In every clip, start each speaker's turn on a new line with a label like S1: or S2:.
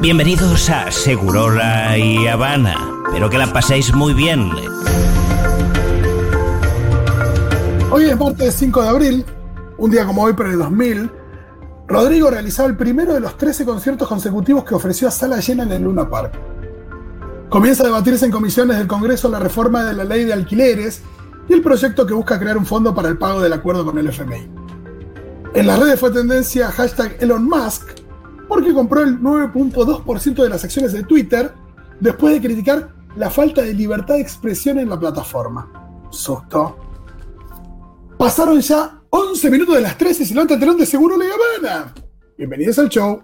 S1: Bienvenidos a Segurola y Habana. Espero que la paséis muy bien.
S2: Hoy es martes 5 de abril, un día como hoy, pero el 2000. Rodrigo realizaba el primero de los 13 conciertos consecutivos que ofreció a sala llena en el Luna Park. Comienza a debatirse en comisiones del Congreso la reforma de la ley de alquileres y el proyecto que busca crear un fondo para el pago del acuerdo con el FMI. En las redes fue tendencia hashtag Elon Musk porque compró el 9.2% de las acciones de Twitter después de criticar la falta de libertad de expresión en la plataforma. Susto. Pasaron ya 11 minutos de las 13 y si no te de seguro le Habana. Bienvenidos al show.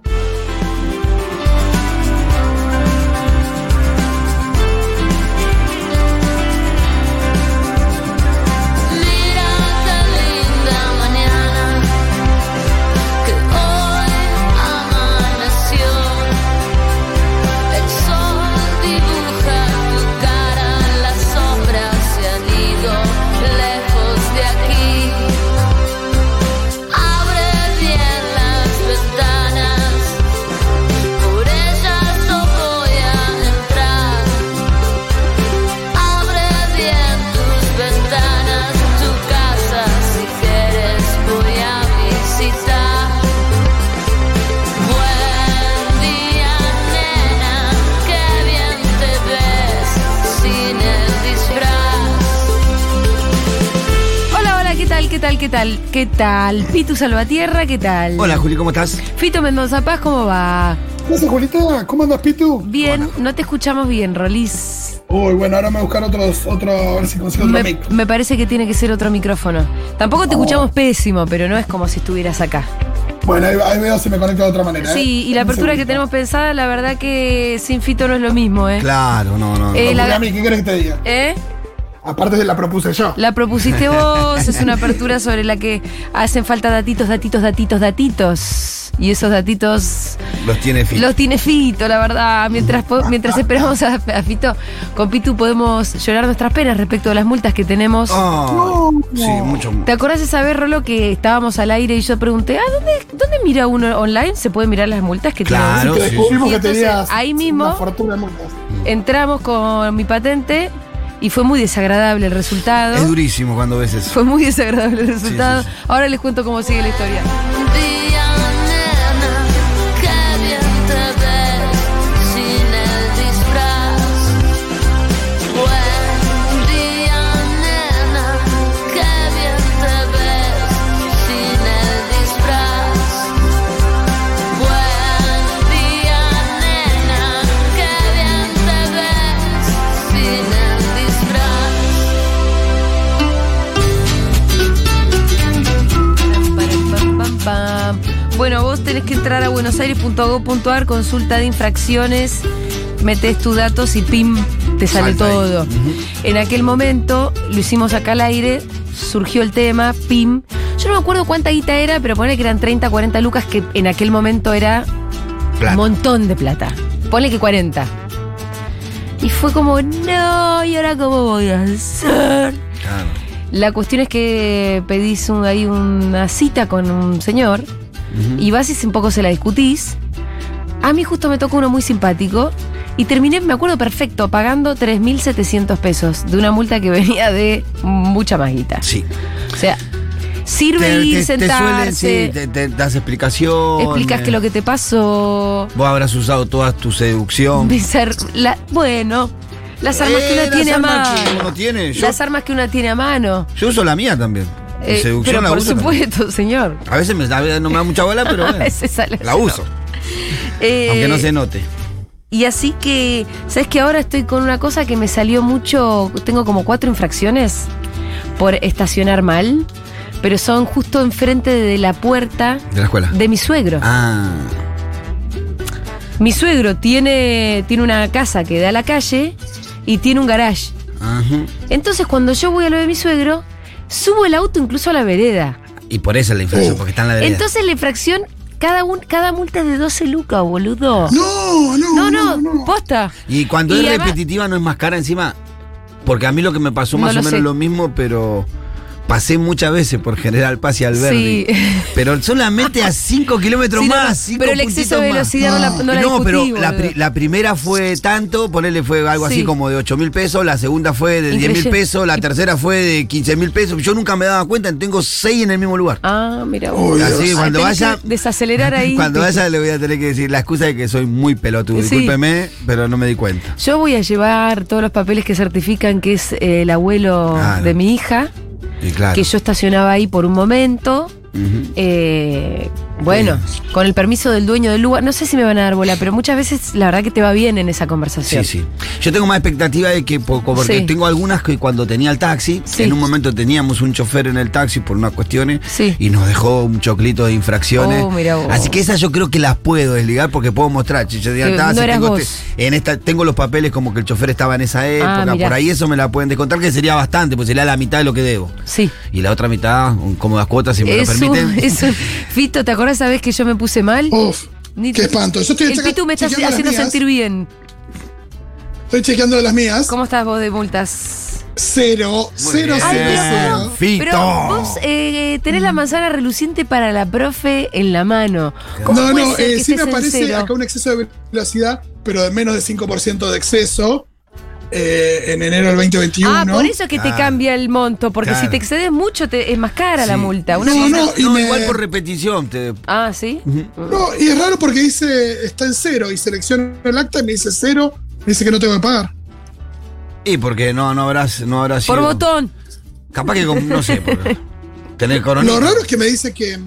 S3: Mira tan linda mañana que hoy amaneció. El sol dibuja tu cara, las sombras se han ido lejos de aquí. Abre bien las ventanas, por ellas no voy a entrar. Abre bien tus ventanas, tu casa si quieres voy a visitar. Buen día, nena, qué bien te ves sin el disfraz.
S4: Hola, hola, ¿qué tal? ¿Qué tal? ¿Qué tal? ¿Qué tal? Pitu Salvatierra, ¿qué tal?
S5: Hola Juli, ¿cómo estás?
S4: Fito Mendoza Paz, ¿cómo va?
S2: ¿Qué haces, Julita? ¿Cómo andas, Pitu?
S4: Bien, no te escuchamos bien, Rolis.
S2: Uy, bueno, ahora me voy a buscar otros, otro, a ver si consigo otro
S4: Me,
S2: mic.
S4: me parece que tiene que ser otro micrófono. Tampoco
S5: Oh.
S4: te escuchamos pésimo, pero no es como si estuvieras acá.
S2: Bueno, ahí, ahí veo si me conecto de otra manera. ¿eh?
S4: Sí, y la apertura que tenemos pensada, la verdad que sin Fito no es lo mismo, ¿eh?
S5: Claro, no, no. no.
S4: Eh, la-
S2: La... ¿Qué querés que te diga?
S4: ¿Eh?
S2: Aparte de la propuse yo.
S4: La propusiste vos, es una apertura sobre la que hacen falta datitos, datitos, datitos, datitos. Y esos datitos
S5: Los tiene fin.
S4: Los tiene Fito, la verdad. Mientras, po- mientras esperamos a, a Fito, con Pitu podemos llorar nuestras penas respecto a las multas que tenemos.
S5: Oh, sí, mucho.
S4: ¿Te acordás esa vez, Rolo, que estábamos al aire y yo pregunté, ¿ah, dónde, dónde mira uno online? ¿Se pueden mirar las multas que
S5: Claro.
S2: Que
S5: sí, sí.
S2: descubrimos que
S4: Entonces,
S2: tenías
S4: ahí mismo-
S2: una fortuna de multas.
S4: tienen? Entramos con mi patente y fue muy desagradable el resultado.
S5: Es durísimo cuando ves eso.
S4: Fue muy desagradable el resultado.
S5: sí,
S4: Ahora les cuento cómo sigue la historia.
S3: Buen día, nena, qué bien te ves sin el disfraz. Buen día, nena, qué bien te ves sin el disfraz. Buen día, nena, qué bien te ves sin el disfraz.
S4: Pam, pam, pam. Bueno, vos tenés que entrar a buenosaires.gov.ar, consulta de infracciones, metés tus datos y pim, te sale
S5: Salta ahí.
S4: todo. En aquel momento, lo hicimos acá al aire, surgió el tema, pim. Yo no me acuerdo cuánta guita era, pero ponle que eran 30, 40 lucas, que en aquel momento era un
S5: Plata.
S4: montón de plata. Ponle que 40. Y fue como, no, ¿y ahora cómo voy a hacer?
S5: Claro.
S4: La cuestión es que pedís un- ahí una cita con un señor y vas y un poco se la discutís. A mí justo me tocó uno muy simpático y terminé, me acuerdo perfecto, pagando 3.700 pesos de una multa que venía de mucha más guita.
S5: Sí.
S4: O sea, sirve ir,
S5: suelen,
S4: sentarse,
S5: sí, te, te das explicación.
S4: explicas que lo que te pasó,
S5: Vos habrás usado toda tu seducción.
S4: pensar, la- bueno, las armas que
S5: Eh,
S4: uno
S5: las
S4: tiene a
S5: armas
S4: mano.
S5: que uno tiene, yo-
S4: Las armas que uno tiene a mano.
S5: Yo uso la mía también. Mi
S4: Eh,
S5: seducción
S4: pero
S5: la
S4: por
S5: uso. también.
S4: supuesto, señor.
S5: A veces me, a veces no me da mucha bola, pero bueno,
S4: A veces sale-
S5: la uso.
S4: Eh,
S5: Aunque no se note.
S4: Y así que, ¿sabes que ahora estoy con una cosa que me salió mucho? Tengo como cuatro infracciones por estacionar mal, pero son justo enfrente de la puerta
S5: De la escuela.
S4: de mi suegro.
S5: Ah.
S4: Mi suegro tiene, tiene una casa que da a la calle y tiene un garage.
S5: Ajá.
S4: Entonces, cuando yo voy a lo de mi suegro, subo el auto incluso a la vereda.
S5: Y por eso la
S4: Uh.
S5: inflación, porque está en la vereda.
S4: Entonces, la infracción, cada, un, cada multa es de 12 lucas, boludo.
S2: No,
S4: No, no, posta.
S5: Y cuando es
S4: además-
S5: repetitiva no es más cara encima. Porque a mí lo que me pasó
S4: No
S5: más
S4: lo
S5: o menos
S4: sé.
S5: lo mismo, pero Pasé muchas veces por General Paz y Alberdi.
S4: Sí.
S5: Pero solamente a 5 kilómetros
S4: Sí, no, no,
S5: más. cinco
S4: pero el exceso de
S5: puntitos más.
S4: velocidad no la- no la discutí,
S5: pero
S4: boludo.
S5: la, pri- la primera fue tanto, ponele fue algo así
S4: Sí.
S5: como de 8 mil pesos, la segunda fue de 10 mil
S4: Increíble.
S5: pesos, la tercera fue de 15 mil pesos. Yo nunca me daba cuenta, tengo 6 en el mismo lugar.
S4: Ah, mira.
S2: Uy,
S4: vos.
S2: Dios.
S5: Así que
S4: Ay,
S5: cuando
S4: tenés
S5: vaya.
S4: que desacelerar ahí.
S5: Cuando vaya le voy a tener que decir la excusa de que soy muy pelotudo.
S4: Sí.
S5: Discúlpeme, pero no me di cuenta.
S4: Yo voy a llevar todos los papeles que certifican que es eh, el abuelo
S5: Claro.
S4: de mi hija,
S5: Y claro.
S4: que yo estacionaba ahí por un momento.
S5: Ujú.
S4: Eh, bueno, con el permiso del dueño del lugar, no sé si me van a dar bola, pero muchas veces la verdad que te va bien en esa
S5: Sí,
S4: conversación.
S5: sí. Yo tengo más expectativa de que, po- co- porque
S4: Sí.
S5: tengo algunas que cuando tenía el taxi,
S4: Sí.
S5: en un momento teníamos un chofer en el taxi por unas cuestiones
S4: Sí.
S5: y nos dejó un choclito de infracciones.
S4: Oh, mirá vos.
S5: Así que esas yo creo que las puedo desligar porque puedo mostrar. Si yo tenía
S4: Que
S5: taxi,
S4: Eh, no eras
S5: tengo,
S4: vos. Ah,
S5: este- en esta, tengo los papeles como que el chofer estaba en esa época,
S4: mirá.
S5: por ahí eso me la pueden descontar, que sería bastante, pues sería la mitad de lo que debo.
S4: Sí.
S5: Y la otra mitad, un- cómodas cuotas, si me
S4: Eso,
S5: lo permiten.
S4: eso. Fito, ¿te acordás esa vez que yo me puse mal?
S2: Uf,
S4: Ni-
S2: Oh, qué espanto. Yo estoy
S4: El
S2: checa-
S4: Pitu me está
S2: chequeando las
S4: haciendo
S2: mías.
S4: sentir bien.
S2: Estoy chequeando de las mías.
S4: ¿Cómo estás vos de multas?
S2: Cero,
S5: Muy
S2: cero,
S5: bien.
S4: Ay,
S2: cero,
S4: pero,
S2: cero.
S4: ¿cómo?
S5: Fito.
S4: pero vos eh, tenés la manzana reluciente para la profe en la mano. ¿Cómo
S2: No,
S4: puede
S2: no,
S4: ser que
S2: eh, sí
S4: estés
S2: me
S4: en
S2: aparece
S4: cero? Ah,
S2: acá un exceso de velocidad, pero de menos de 5% de exceso eh, en enero del 2021.
S4: Ah, por eso es que te
S5: Claro.
S4: cambia el monto, porque
S5: Claro.
S4: si te excedes mucho te, es más cara la
S5: Sí.
S4: multa. Una
S2: No,
S4: cosa-
S2: no, y
S5: No,
S2: me-
S5: igual por repetición. te-
S4: Ah, ¿sí?
S2: No, y es raro porque dice, está en cero, y selecciono el acta y me dice cero, me dice que no tengo que pagar.
S5: y porque no, no habrás, no habrás
S4: Por
S5: sido-
S4: botón.
S5: Capaz que con- no sé, por tener
S2: Lo
S5: coronavirus.
S2: raro es que me dice que.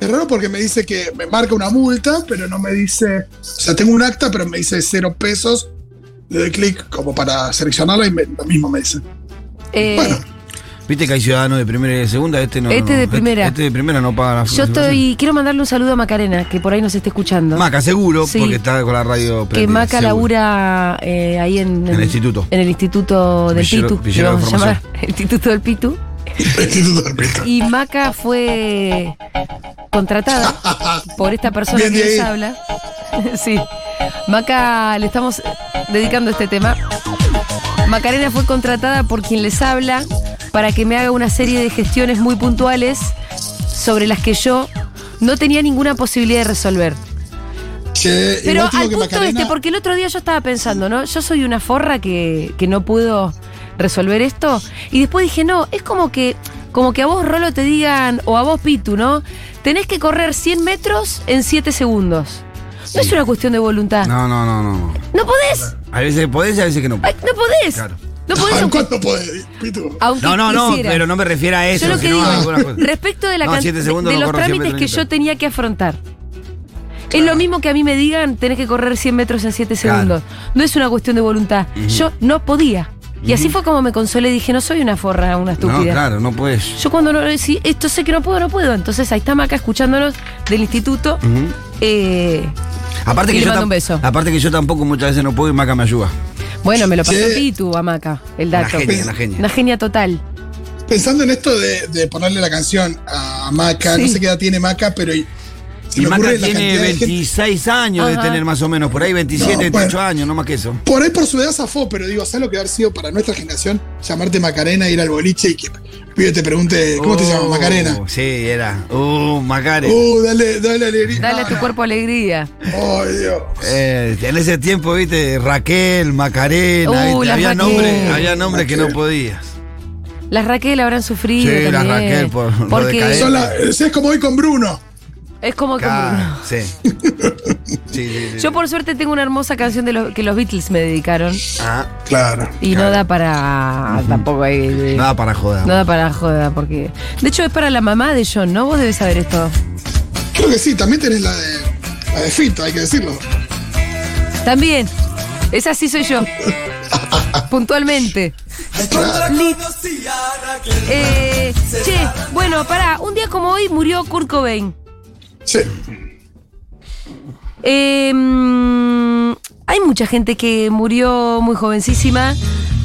S2: Es raro porque me dice que me marca una multa, pero no me dice. O sea, tengo un acta, pero me dice cero pesos. Le doy clic como para seleccionarla y me- lo mismo me dice.
S4: Eh,
S2: Bueno,
S5: Viste que hay ciudadanos de primera y de segunda, este no.
S4: Este
S5: no,
S4: de primera.
S5: Este, de primera no paga la
S4: yo estoy. Quiero mandarle un saludo a Macarena, que por ahí nos está escuchando.
S5: Maca, seguro,
S4: Sí.
S5: porque está con la radio
S4: que
S5: prendida,
S4: Maca
S5: seguro.
S4: labura eh, ahí en,
S5: En el instituto.
S4: En el instituto del
S5: Villero-
S4: Pitu.
S5: Villero
S4: le vamos
S5: de
S4: a llamar el instituto del Pitu. Y Maca fue contratada por esta persona
S2: Bien,
S4: que les
S2: Dieguito.
S4: habla. sí. Maca, le estamos dedicando este tema. Macarena fue contratada por quien les habla para que me haga una serie de gestiones muy puntuales sobre las que yo no tenía ninguna posibilidad de resolver.
S2: Che, igual
S4: Pero al
S2: tengo
S4: punto
S2: que Macarena-
S4: este, porque el otro día yo estaba pensando, ¿no? Yo soy una forra que, que no puedo resolver esto. Y después dije, no, es como que, como que a vos, Rolo, te digan, o a vos, Pitu, ¿no? Tenés que correr 100 metros en 7 segundos. No es una cuestión de voluntad. No,
S5: No, no, no, no.
S4: podés.
S5: A veces podés y a veces que no.
S4: Ay, No podés.
S5: Claro.
S4: No podés.
S2: ¿En
S4: aunque- Ah.
S2: cuánto podés, Pitu?
S4: aunque
S5: No, no, no,
S4: quisiera.
S5: pero no me refiero a eso.
S4: Yo lo que
S5: sino a
S4: digo,
S5: alguna cosa.
S4: respecto de la
S5: No,
S4: can-
S5: siete
S4: de-
S5: segundos
S4: de
S5: no
S4: los
S5: corro, siempre
S4: trámites que
S5: tenés que-
S4: yo tenía que afrontar. Es lo mismo que a mí me digan, tenés que correr 100 metros en 7
S5: Claro.
S4: segundos. No es una cuestión de voluntad. Yo no podía. Y así fue como me consolé, dije, no soy una forra, una
S5: No,
S4: estúpida.
S5: claro, no podés.
S4: Yo cuando no si esto sé que no puedo, no puedo. Entonces ahí está Maca escuchándonos del instituto.
S5: Ujú.
S4: Eh,
S5: Aparte
S4: Y
S5: que,
S4: le
S5: yo
S4: mando
S5: tam-
S4: un beso.
S5: aparte que yo tampoco muchas veces no puedo y Maca me ayuda.
S4: bueno, me lo pasó
S2: Sí.
S4: Pitu a Maca, el
S5: Una
S4: dato.
S5: genia, una genia.
S4: Una genia total.
S2: Pensando en esto de, de ponerle la canción a Maca, no
S4: Sí.
S2: sé qué edad tiene Maca, pero y- se
S5: Y
S2: me
S5: Maca
S2: ocurre la
S5: tiene
S2: cantidad de gente-
S5: 26 años de
S4: Ajá.
S5: tener más o menos, por ahí 27,
S2: No,
S5: 28
S2: bueno.
S5: años, no más que eso.
S2: Por ahí por su edad zafó, pero digo, ¿sabes lo que haber sido para nuestra generación? Llamarte Macarena, ir al boliche y que el pibe te pregunte, ¿cómo te
S5: Oh,
S2: llamas Macarena?
S5: Sí, era. Uh, Macare.
S2: Uh, dale, dale alegría.
S4: Dale a tu cuerpo alegría.
S2: Oh, Dios.
S5: Eh, en ese tiempo, viste, Raquel, Macarena,
S4: Uh,
S5: ¿viste?
S4: la
S5: había
S4: Raquel.
S5: nombres, había nombres que no
S2: Raquel.
S5: podías.
S4: Las Raquel habrán sufrido.
S5: Sí, las
S4: también,
S5: Raquel por lo
S4: porque
S5: decadente.
S2: Son la- es como hoy con Bruno.
S4: es como que.
S5: Claro, sí. sí, sí, sí.
S4: Yo por suerte tengo una hermosa canción de los que los Beatles me dedicaron
S5: Ah,
S2: Claro.
S4: y no da para tampoco hay, eh,
S5: nada para joder.
S4: no da para joda porque de hecho es para la mamá de John, ¿no? Vos debes saber esto.
S2: Creo que sí, también tenés la de, la de Fito, hay que decirlo.
S4: También. Esa sí soy yo. Puntualmente.
S2: Claro.
S4: Eh, che, bueno, pará, un día como hoy murió Kurt Cobain.
S2: Sí.
S4: Eh, mm, hay mucha gente que murió muy jovencísima,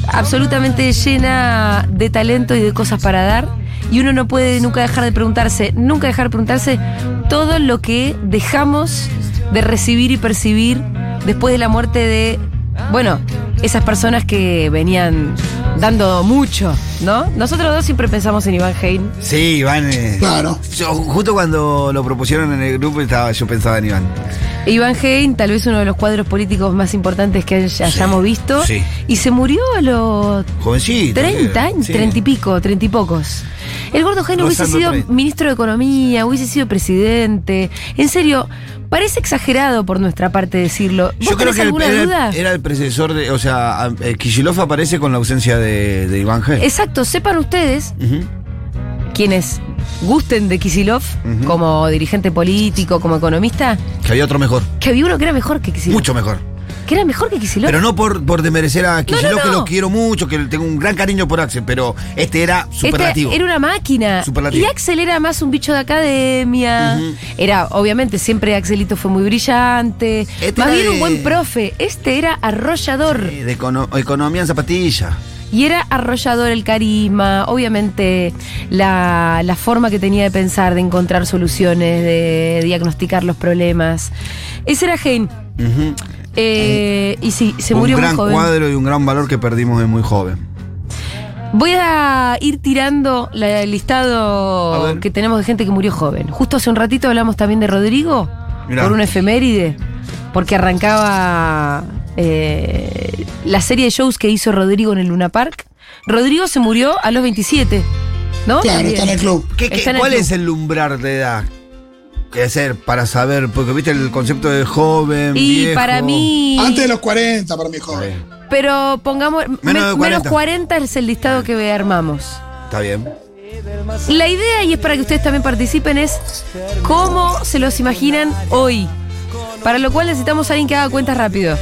S4: absolutamente llena de talento y de cosas para dar. Y uno no puede nunca dejar de preguntarse, nunca dejar de preguntarse todo lo que dejamos de recibir y percibir después de la muerte de, bueno, esas personas que venían dando mucho, ¿no? Nosotros dos siempre pensamos en Iván Hein.
S5: Sí, Iván. eh,
S2: Claro.
S5: yo- justo cuando lo propusieron en el grupo, estaba, yo pensaba en Iván.
S4: Iván Hein, tal vez uno de los cuadros políticos más importantes que hay- hayamos visto.
S5: sí.
S4: Y se murió a los
S5: Jovencito.
S4: 30
S5: creo.
S4: años,
S5: Sí.
S4: 30 y pico, 30 y pocos. El gordo Jaime hubiese
S5: Rozando
S4: sido
S5: 30.
S4: ministro de Economía, hubiese sido presidente. En serio, parece exagerado por nuestra parte decirlo. ¿Vos
S5: Yo creo
S4: tenés
S5: que el-
S4: alguna duda?
S5: era, era el predecesor de. O sea, Kishilov aparece con la ausencia de, de Iván G.
S4: Exacto, sepan ustedes,
S5: Ujú.
S4: quienes gusten de Kisilov
S5: Ujú.
S4: como dirigente político, como economista,
S5: Que había otro mejor.
S4: que había uno que era mejor que Kisilov.
S5: Mucho mejor.
S4: Que era mejor que Kisilov.
S5: Pero no por, por demerecer a Kishilov,
S4: no,
S5: que
S4: no.
S5: lo quiero mucho, que le tengo un gran cariño por Axel, pero este era superlativo. Eh,
S4: Este era una máquina.
S5: Superlativo.
S4: Y Axel era más un bicho de academia.
S5: Ujú.
S4: Era, obviamente, siempre Axelito fue muy brillante.
S5: Este
S4: más
S5: era
S4: bien
S5: de-
S4: un buen profe. Este era arrollador.
S5: Eh, de econo- economía en zapatilla.
S4: Y era arrollador el carisma. Obviamente, la, la forma que tenía de pensar, de encontrar soluciones, de diagnosticar los problemas. Ese era Hein.
S5: Ujú.
S4: Eh, y sí, se
S5: un
S4: murió muy
S5: gran
S4: joven.
S5: cuadro y un gran valor que perdimos de muy joven.
S4: Voy a ir tirando la- el
S5: A
S4: listado
S5: ver.
S4: que tenemos de gente que murió joven. Justo hace un ratito hablamos también de Rodrigo,
S5: Mirá.
S4: por una efeméride, porque arrancaba eh, la serie de shows que hizo Rodrigo en el Luna Park. Rodrigo se murió a los 27, ¿no?
S2: Claro,
S4: También.
S2: está en el club.
S5: ¿Qué- qué-
S4: Está en el
S5: ¿Cuál
S4: club.
S5: es el umbral de edad? que hacer para saber? Porque viste el concepto de joven.
S4: Y
S5: viejo.
S4: para mí...
S2: Antes de los 40, para mi joven.
S4: Pero pongamos... me-
S5: Menos
S4: Menos,
S5: de 40.
S4: 40 es el listado que armamos.
S5: Está bien.
S4: La idea, y es para que ustedes también participen, es cómo se los imaginan hoy. Para lo cual necesitamos a alguien que haga cuentas rápido.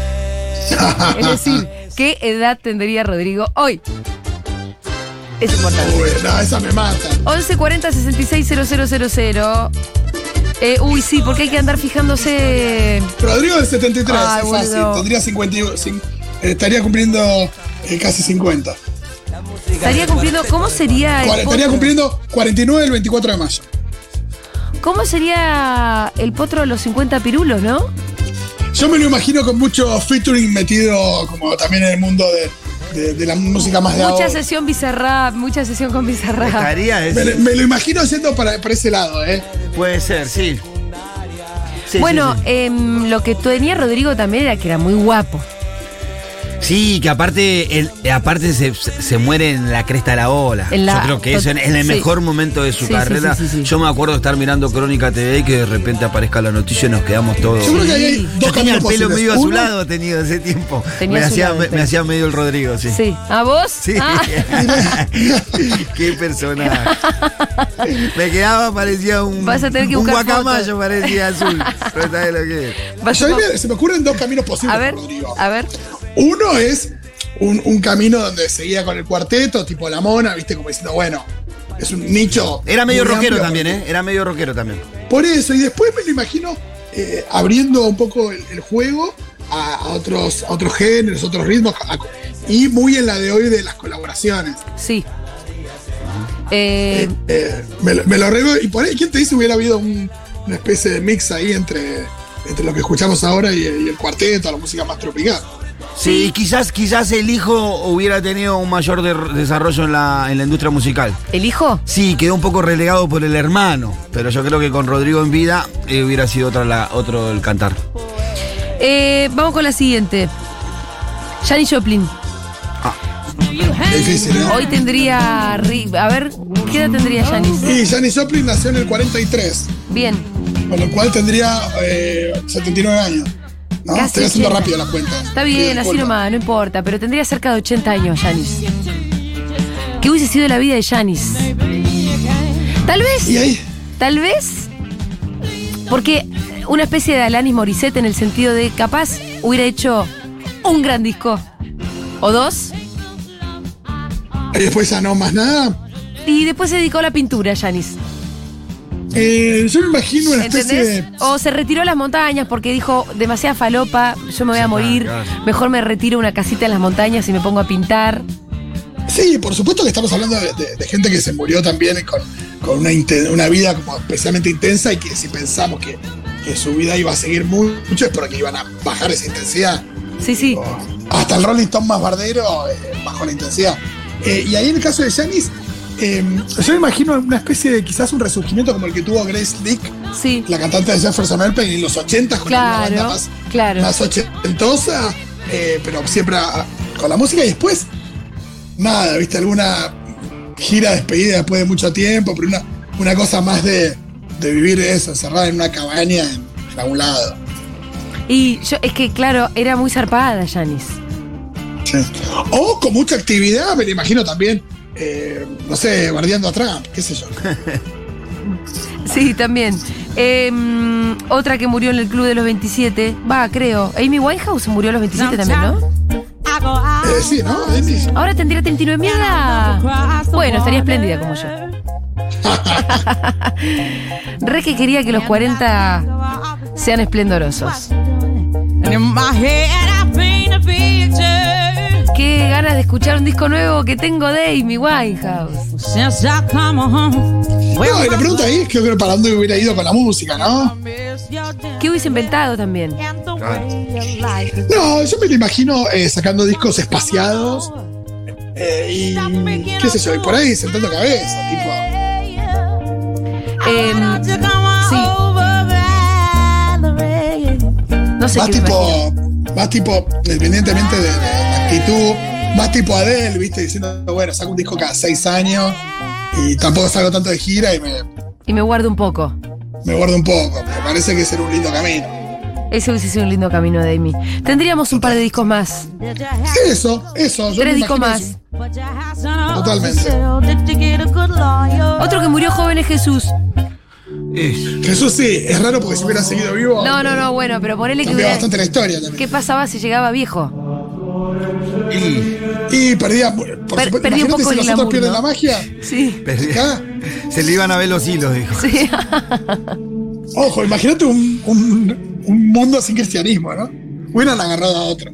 S4: Es decir, ¿qué edad tendría Rodrigo hoy? Es importante.
S2: Uy, no, esa me mata.
S4: 1140 660000. Eh, uy, sí, porque hay que andar fijándose.
S2: Rodrigo del 73,
S4: Ay,
S2: es fácil.
S4: boludo.
S2: Tendría 51. cin- eh, estaría cumpliendo eh, casi 50.
S4: Estaría cumpliendo. ¿Cómo sería
S2: Cuare-
S4: el
S2: estaría
S4: potro?
S2: cumpliendo 49 el 24 de mayo.
S4: ¿Cómo sería el potro de los 50 pirulos, no?
S2: Yo me lo imagino con mucho featuring metido como también en el mundo de, de- de la música más de
S4: Mucha
S2: ahora.
S4: sesión bizarrap, mucha sesión con bizarrap.
S5: Estaría
S2: Me,
S5: ese.
S2: lo- me lo imagino yendo para, para ese lado, ¿eh?
S5: Puede ser, sí. Sí,
S4: bueno,
S5: sí,
S4: em, lo que tenía Rodrigo también era que era muy guapo.
S5: sí. Sí, que aparte el, aparte se, se muere en la cresta de la ola.
S4: En la-
S5: Yo creo que eso en, en el
S4: sí.
S5: mejor momento de su
S4: Sí, sí,
S5: carrera.
S4: sí, sí, sí.
S5: Yo me acuerdo de estar mirando Crónica TV y que de repente aparezca la noticia y nos quedamos todos.
S2: Yo creo que ahí hay
S4: Sí.
S2: dos
S5: Yo tenía el
S2: caminos
S5: pelo
S2: posibles.
S5: medio
S2: Uno,
S5: azulado tenido ese tiempo.
S4: Tenía
S5: me, hacía,
S4: azulado
S5: me,
S4: el pelo.
S5: me hacía medio el Rodrigo, sí.
S4: Sí. ¿A vos?
S5: Sí.
S4: Ah,
S5: Qué personaje. Me quedaba, parecía un,
S4: Vas a tener que
S5: un
S4: buscar
S5: guacamayo,
S4: fotos.
S5: parecía azul. No sabes lo que es.
S4: vas
S2: yo
S4: a-
S2: ahí me- se me ocurren dos caminos posibles,
S4: a ver,
S2: Rodrigo.
S4: a ver.
S2: Uno es un, un camino donde seguía con el cuarteto, tipo la mona, viste, como diciendo, bueno, es un nicho.
S5: Era medio
S2: muy
S5: rockero
S2: amplio.
S5: también, ¿eh? Era medio rockero también.
S2: Por eso, y después me lo imagino eh, abriendo un poco el, el juego a, a otros, a otros géneros, otros ritmos, a- y muy en la de hoy de las colaboraciones.
S4: Sí. Eh,
S2: Eh, me, lo- me lo arreglo, y por ahí, ¿quién te dice hubiera habido un- una especie de mix ahí entre, entre lo que escuchamos ahora y, y el cuarteto, la música más tropical?
S5: Sí, y quizás, quizás el hijo hubiera tenido un mayor de- desarrollo en la, en la industria musical.
S4: ¿El hijo?
S5: Sí, quedó un poco relegado por el hermano, pero yo creo que con Rodrigo en vida eh, hubiera sido otra la- otro el cantar.
S4: Eh, vamos con la siguiente. Janis Joplin.
S5: Ah.
S2: Difícil, ¿no?
S4: Hoy tendría. ri- A ver, ¿qué edad tendría Janis?
S2: Y Janis Joplin nació en el 43.
S4: Bien.
S2: Con lo cual tendría eh, 79 años. ¿no?
S4: Casi
S2: Estoy haciendo
S4: 80.
S2: rápido la cuenta.
S4: Está bien, así
S2: disculpa.
S4: nomás, no importa. Pero tendría cerca de 80 años, Janis. ¿Qué hubiese sido la vida de Janis? Tal vez.
S2: Y ahí,
S4: Tal vez. Porque una especie de Alanis Morissette en el sentido de capaz hubiera hecho un gran disco. O dos.
S2: y después ya no más nada.
S4: Y después se dedicó a la pintura, Janis.
S2: Eh, yo me imagino una especie
S4: ¿Entendés? O se retiró a las montañas porque dijo demasiada falopa, yo me voy a morir.
S5: claro.
S4: Mejor me retiro a una casita en las montañas y me pongo a pintar.
S2: de. Sí, por supuesto que estamos hablando de, de- de gente que se murió también con, con una, inten- una vida como especialmente intensa y que si pensamos que, que su vida iba a seguir mu- mucho es porque iban a bajar esa intensidad.
S4: Sí, sí.
S2: Oh. Hasta el Rolling Stone más bardero eh, bajó la intensidad. Eh, y ahí en el caso de Janis, em, yo imagino una especie de quizás un resurgimiento como el que tuvo Grace Dick,
S4: Sí,
S2: la cantante de Jefferson Airplane en los 80 con la
S4: Claro,
S2: banda más,
S4: claro.
S2: más ochentosa, eh, pero siempre a- a- con la música y después, nada, viste, alguna gira despedida después de mucho tiempo, pero una, una cosa más de, de vivir eso, encerrada en una cabaña en, en algún lado.
S4: y yo, es que claro, era muy zarpada Janis.
S2: Sí. O con mucha actividad, me lo imagino también, eh, no sé, bardeando a Trump, qué sé yo.
S4: Sí, también. Eh, mm, otra que murió en el club de los 27, va, creo. Amy Winehouse murió a los 27 también, ¿no?
S2: Eh, sí, ¿no? Andy?
S4: Ahora tendría 39 mi edad. Bueno, estaría espléndida como yo. Re que quería que los 40 sean esplendorosos.
S6: And in my head I paint a picture
S4: Qué ganas de escuchar un disco nuevo que tengo de Amy Winehouse.
S6: since I come home.
S2: No, y la pregunta ahí es que yo creo para dónde hubiera ido con la música,
S7: Ah.
S2: ¿no?
S4: ¿Qué hubiese inventado también?
S2: No, yo me lo imagino eh, sacando discos espaciados eh, y qué sé yo, y por ahí sentando cabeza, tipo.
S4: Eh, sí. No sé
S2: Más
S4: qué me imagino.
S2: tipo, más tipo, independientemente de, de la actitud, más tipo Adele, viste, diciendo, bueno, saco un disco cada seis años y tampoco salgo tanto de gira y me,
S4: Y me guardo un poco.
S2: me guardo un poco. Me parece que será un lindo camino.
S4: Ese hubiese sido un lindo camino de Amy. Tendríamos un par de discos más.
S2: Eso, eso, yo
S4: Tres
S2: me
S4: discos
S2: imagino
S4: más.
S2: eso.
S6: Totalmente.
S4: Otro que murió joven es Jesús.
S2: Jesús sí, es raro porque si hubiera seguido vivo,
S4: No, no, no, bueno, pero ponele que
S2: cambia
S4: hubiera...
S2: bastante la historia también.
S4: ¿Qué pasaba si llegaba viejo?
S2: Y perdía, por
S4: Per-
S2: supuesto,
S4: perdí
S2: imagínate
S4: un poco
S2: si
S4: el
S2: los
S4: glamour,
S2: otros pierden
S4: ¿no?
S2: la magia.
S4: Sí.
S2: Acá,
S5: Se le iban a ver los hilos, dijo.
S4: Sí.
S2: ojo, imagínate un, un- un mundo sin cristianismo, ¿no? Hubieran agarrado a otro.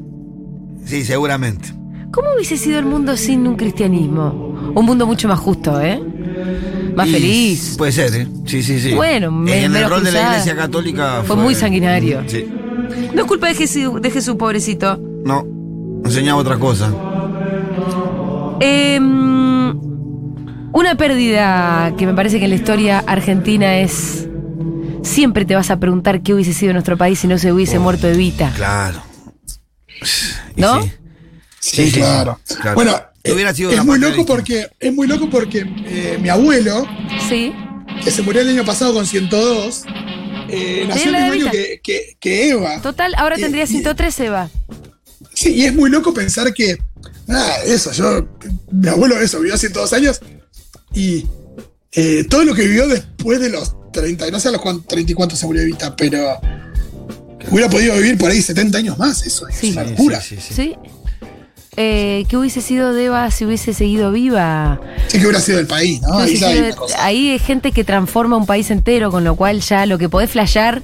S5: Sí, seguramente.
S4: ¿Cómo hubiese sido el mundo sin un cristianismo? Un mundo mucho más justo, ¿eh? Más
S5: Y
S4: feliz.
S5: Puede ser, ¿eh? Sí, sí, sí.
S4: Bueno, me-
S5: En
S4: menos
S5: el rol de la
S4: cruzada.
S5: Iglesia Católica.
S4: Fue muy sanguinario.
S5: Sí.
S4: No es culpa de Jesús, de Jesús pobrecito.
S5: No, enseñaba otra cosa.
S4: Eh, una pérdida que me parece que en la historia argentina es... Siempre te vas a preguntar qué hubiese sido nuestro país si no se hubiese muerto Evita.
S5: Claro. Y
S4: ¿No?
S5: sí.
S2: Sí,
S5: Sí, sí,
S2: claro.
S5: claro.
S2: Bueno,
S5: Que hubiera sido
S2: es
S5: una
S2: muy
S5: patria
S2: loco
S5: distinta.
S2: porque es muy loco porque eh, mi abuelo,
S4: Sí.
S2: que se murió el año pasado con 102, eh, nació el
S4: la
S2: mismo
S4: Evita.
S2: año que, que- que Eva.
S4: Total, ahora
S2: Eh,
S4: tendría
S2: y-
S4: 113, va.
S2: Sí, y es muy loco pensar que, nada, eso, yo, mi abuelo eso, vivió 102 años y eh, todo lo que vivió después de los 30, no sé a los cuan- 30 y cuántos se murió Evita, pero hubiera podido vivir por ahí 70 años más, eso es
S4: Sí.
S2: una
S5: Sí,
S2: locura. Sí,
S5: sí, sí, sí.
S4: Sí. Eh, ¿Qué hubiese sido de Eva si hubiese seguido viva?
S2: que hubiera sido el país, ¿no?
S4: No
S2: Ah, Ahí
S4: sé
S2: ya
S4: si
S2: hay
S4: lo-
S2: una cosa.
S4: ahí hay gente que transforma un país entero, con lo cual ya lo que podés flashear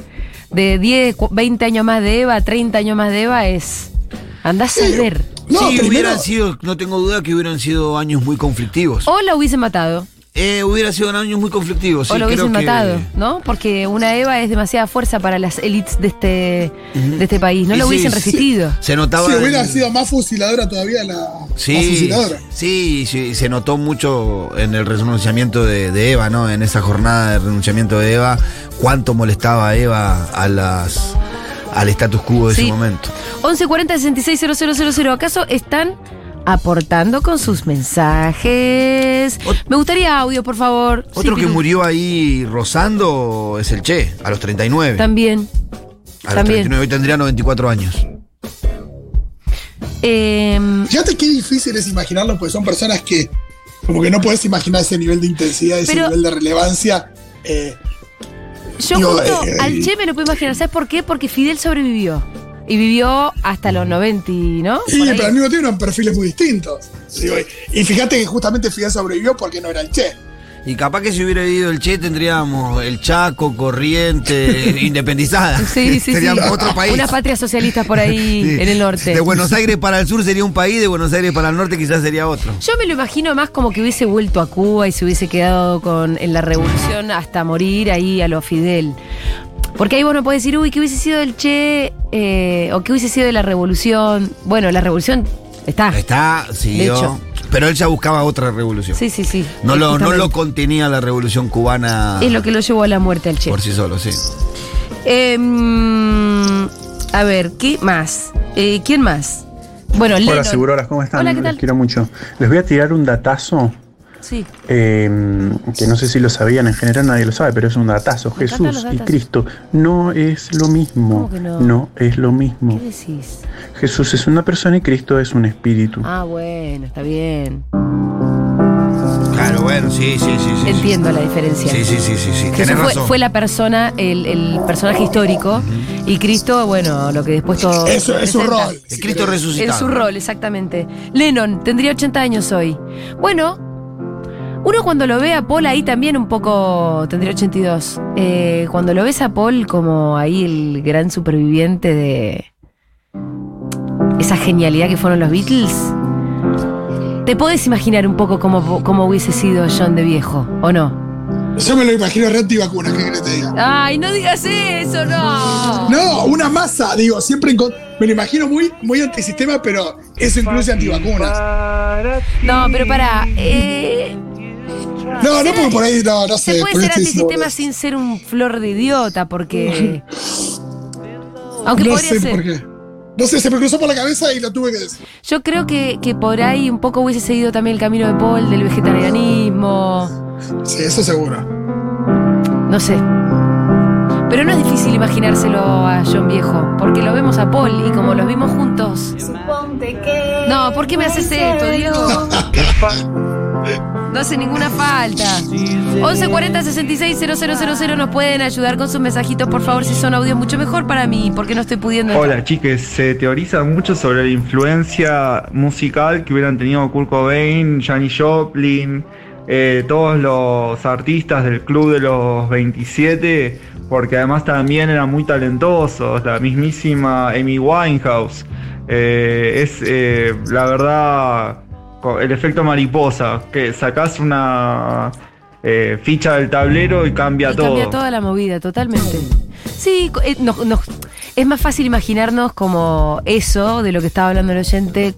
S4: de 10, cu- 20 años más de Eva, 30 años más de Eva es. Andás a
S2: Sí,
S4: ver.
S2: No,
S5: Sí,
S2: primero-
S5: hubieran sido, no tengo duda que hubieran sido años muy conflictivos.
S4: O la hubiesen matado,
S5: Eh, hubiera sido años muy conflictivos.
S4: o
S5: sí,
S4: la
S5: creo
S4: hubiesen
S5: que-
S4: matado, ¿no? Porque una Eva es demasiada fuerza para las élites de este, de este país. No
S5: Y
S4: lo
S5: sí,
S4: hubiesen
S5: sí.
S4: resistido.
S5: Se notaba.
S2: Sí, hubiera
S5: el-
S2: sido más fusiladora todavía la, la
S5: Sí,
S2: fusiladora.
S5: sí, sí, se notó mucho en el renunciamiento de, de Eva, ¿no? En esa jornada de renunciamiento de Eva, cuánto molestaba a Eva a las, al status quo de
S4: Sí.
S5: ese momento.
S4: 1140 000 ¿Acaso están aportando con sus mensajes?
S5: Ot-
S4: Me gustaría audio, por favor. Sí,
S5: Otro que
S4: Pitu.
S5: murió ahí rozando es el Che, a los 39.
S4: También.
S5: a los
S4: también.
S5: 39, hoy tendría 94 años.
S4: Em,
S2: Fíjate qué difícil es imaginarlo, porque son personas que como que no puedes imaginar ese nivel de intensidad, ese
S4: Pero-
S2: nivel de relevancia. eh,
S4: yo
S2: Digo,
S4: justo
S2: eh,
S4: al
S2: eh,
S4: Che me lo puedo imaginar. ¿Sabes por qué? Porque Fidel sobrevivió. Y vivió hasta los 90, y, ¿no?
S2: Sí,
S4: Por ahí.
S2: pero al mismo tiempo eran perfiles muy distintos. Digo, y- y fíjate que justamente Fidel sobrevivió porque no era el Che.
S5: Y capaz que si hubiera ido el Che tendríamos el Chaco, Corriente, independizada.
S4: Sí, sí,
S5: sería
S4: sí.
S5: otro país.
S4: Unas patrias socialistas por ahí
S5: Sí.
S4: en el norte.
S5: De Buenos Aires para el sur sería un país, de Buenos Aires para el norte quizás sería otro.
S4: Yo me lo imagino más como que hubiese vuelto a Cuba y se hubiese quedado con, en la revolución hasta morir ahí a lo Fidel. Porque ahí vos no podés decir, uy, que hubiese sido del Che eh, o que hubiese sido de la revolución. Bueno, la revolución está.
S5: Está,
S4: De
S5: siguió.
S4: hecho.
S5: Pero, Pero él ya buscaba otra revolución.
S4: Sí, sí, sí.
S5: No lo, no
S4: Justamente.
S5: lo contenía la revolución cubana
S4: Es lo que lo llevó a la muerte al Che.
S5: por sí solo, sí.
S4: Eh, mm, a ver, ¿qué más? Eh, ¿Quién más? Bueno, Lennon.
S8: Hola, seguroras, ¿cómo están?
S4: Hola, ¿qué
S8: Los
S4: tal?
S8: quiero mucho. Les voy a tirar un datazo
S4: Sí.
S8: eh, que no sé si lo sabían, en general nadie lo sabe, pero es un datazo.
S4: Me encantan los
S8: Jesús y
S4: datos.
S8: Cristo no es lo mismo.
S4: ¿Cómo que no?
S8: es lo
S4: ¿Qué
S8: mismo.
S4: decís?
S8: Jesús es una persona y Cristo es un espíritu.
S4: Ah, bueno, está bien.
S5: Claro, bueno, sí, sí, sí. sí
S4: Entiendo la diferencia.
S5: Sí, sí, sí, sí, sí.
S4: Jesús
S5: Tenés
S4: fue,
S5: razón.
S4: fue la persona, el, el personaje histórico, y Cristo, bueno, lo que después todo.
S2: Eso es su
S4: representa.
S2: rol.
S5: El Cristo
S4: En
S5: resucitado.
S4: su rol, exactamente. Lennon tendría 80 años hoy. Bueno, uno cuando lo ve a Paul ahí también un poco tendría 82. Eh, cuando lo ves a Paul como ahí el gran superviviente de esa genialidad que fueron los Beatles, te podés imaginar un poco cómo, cómo hubiese sido John de viejo, ¿o no?
S2: Yo me lo imagino re antivacunas, ¿qué querés que te diga?
S4: Ay, no digas eso, no.
S2: No, una masa, digo, siempre en con- me lo imagino muy, muy antisistema, pero eso incluye antivacunas.
S4: No, pero para... Eh,
S2: No, no porque por ahí, no, no sé.
S4: Se puede
S2: por ahí
S4: ser
S2: estoy diciendo,
S4: antisistema sin ser un flor de idiota, porque.
S2: boludo.
S4: Aunque
S2: No
S4: podría
S2: sé
S4: ser.
S2: por qué. No sé, se me cruzó por la cabeza y lo tuve que decir.
S4: Yo creo que, que por ahí un poco hubiese seguido también el camino de Paul, del vegetarianismo.
S2: Sí, eso seguro.
S4: No sé. Pero no es difícil imaginárselo a John Viejo, porque lo vemos a Paul y como los vimos juntos. No, ¿por qué me haces esto, Diego? No hace ninguna falta. 1140-660000 nos pueden ayudar con sus mensajitos, por favor, si son audios mucho mejor para mí, porque no estoy pudiendo.
S9: Hola chiques, se teoriza mucho sobre la influencia musical que hubieran tenido Kurt Cobain, Janis Joplin, eh, todos los artistas del club de los 27, porque además también eran muy talentosos, la mismísima Amy Winehouse. Eh, es eh, la verdad co- el efecto mariposa, que sacás una eh, ficha del tablero y cambia
S4: Y
S9: todo.
S4: Cambia toda la movida, totalmente. Sí, co- eh, nos- nos- es más fácil imaginarnos como eso de lo que estaba hablando el oyente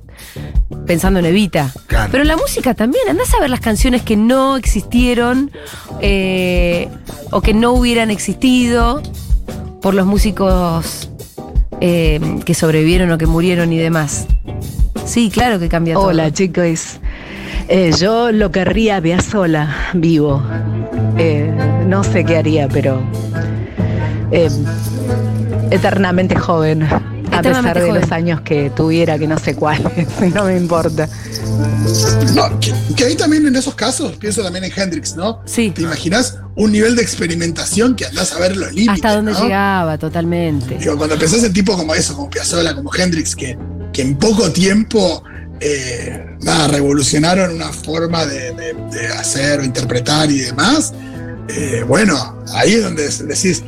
S4: pensando en Evita.
S5: Claro.
S4: Pero en la música también, andás a ver las canciones que no existieron eh, o que no hubieran existido por los músicos eh, que sobrevivieron o que murieron y demás. Sí, claro que cambia todo.
S10: Hola chicos, Eh, yo lo querría ver sola, vivo. Eh, no sé qué haría, pero eh, eternamente joven, a
S4: Eternamente
S10: pesar de
S4: joven.
S10: los años que tuviera, que no sé cuáles, no me importa.
S2: No, que, que ahí también en esos casos, pienso también en Hendrix, ¿no?
S4: Sí.
S2: ¿Te imaginas un nivel de experimentación que andás a ver los límites?
S4: Hasta dónde
S2: ¿no?
S4: llegaba, totalmente.
S2: Digo, cuando pensás en tipos como eso, como Piazzolla, como Hendrix, que, que en poco tiempo eh, nada, revolucionaron una forma de, de- de hacer o interpretar y demás, eh, bueno, ahí es donde decís,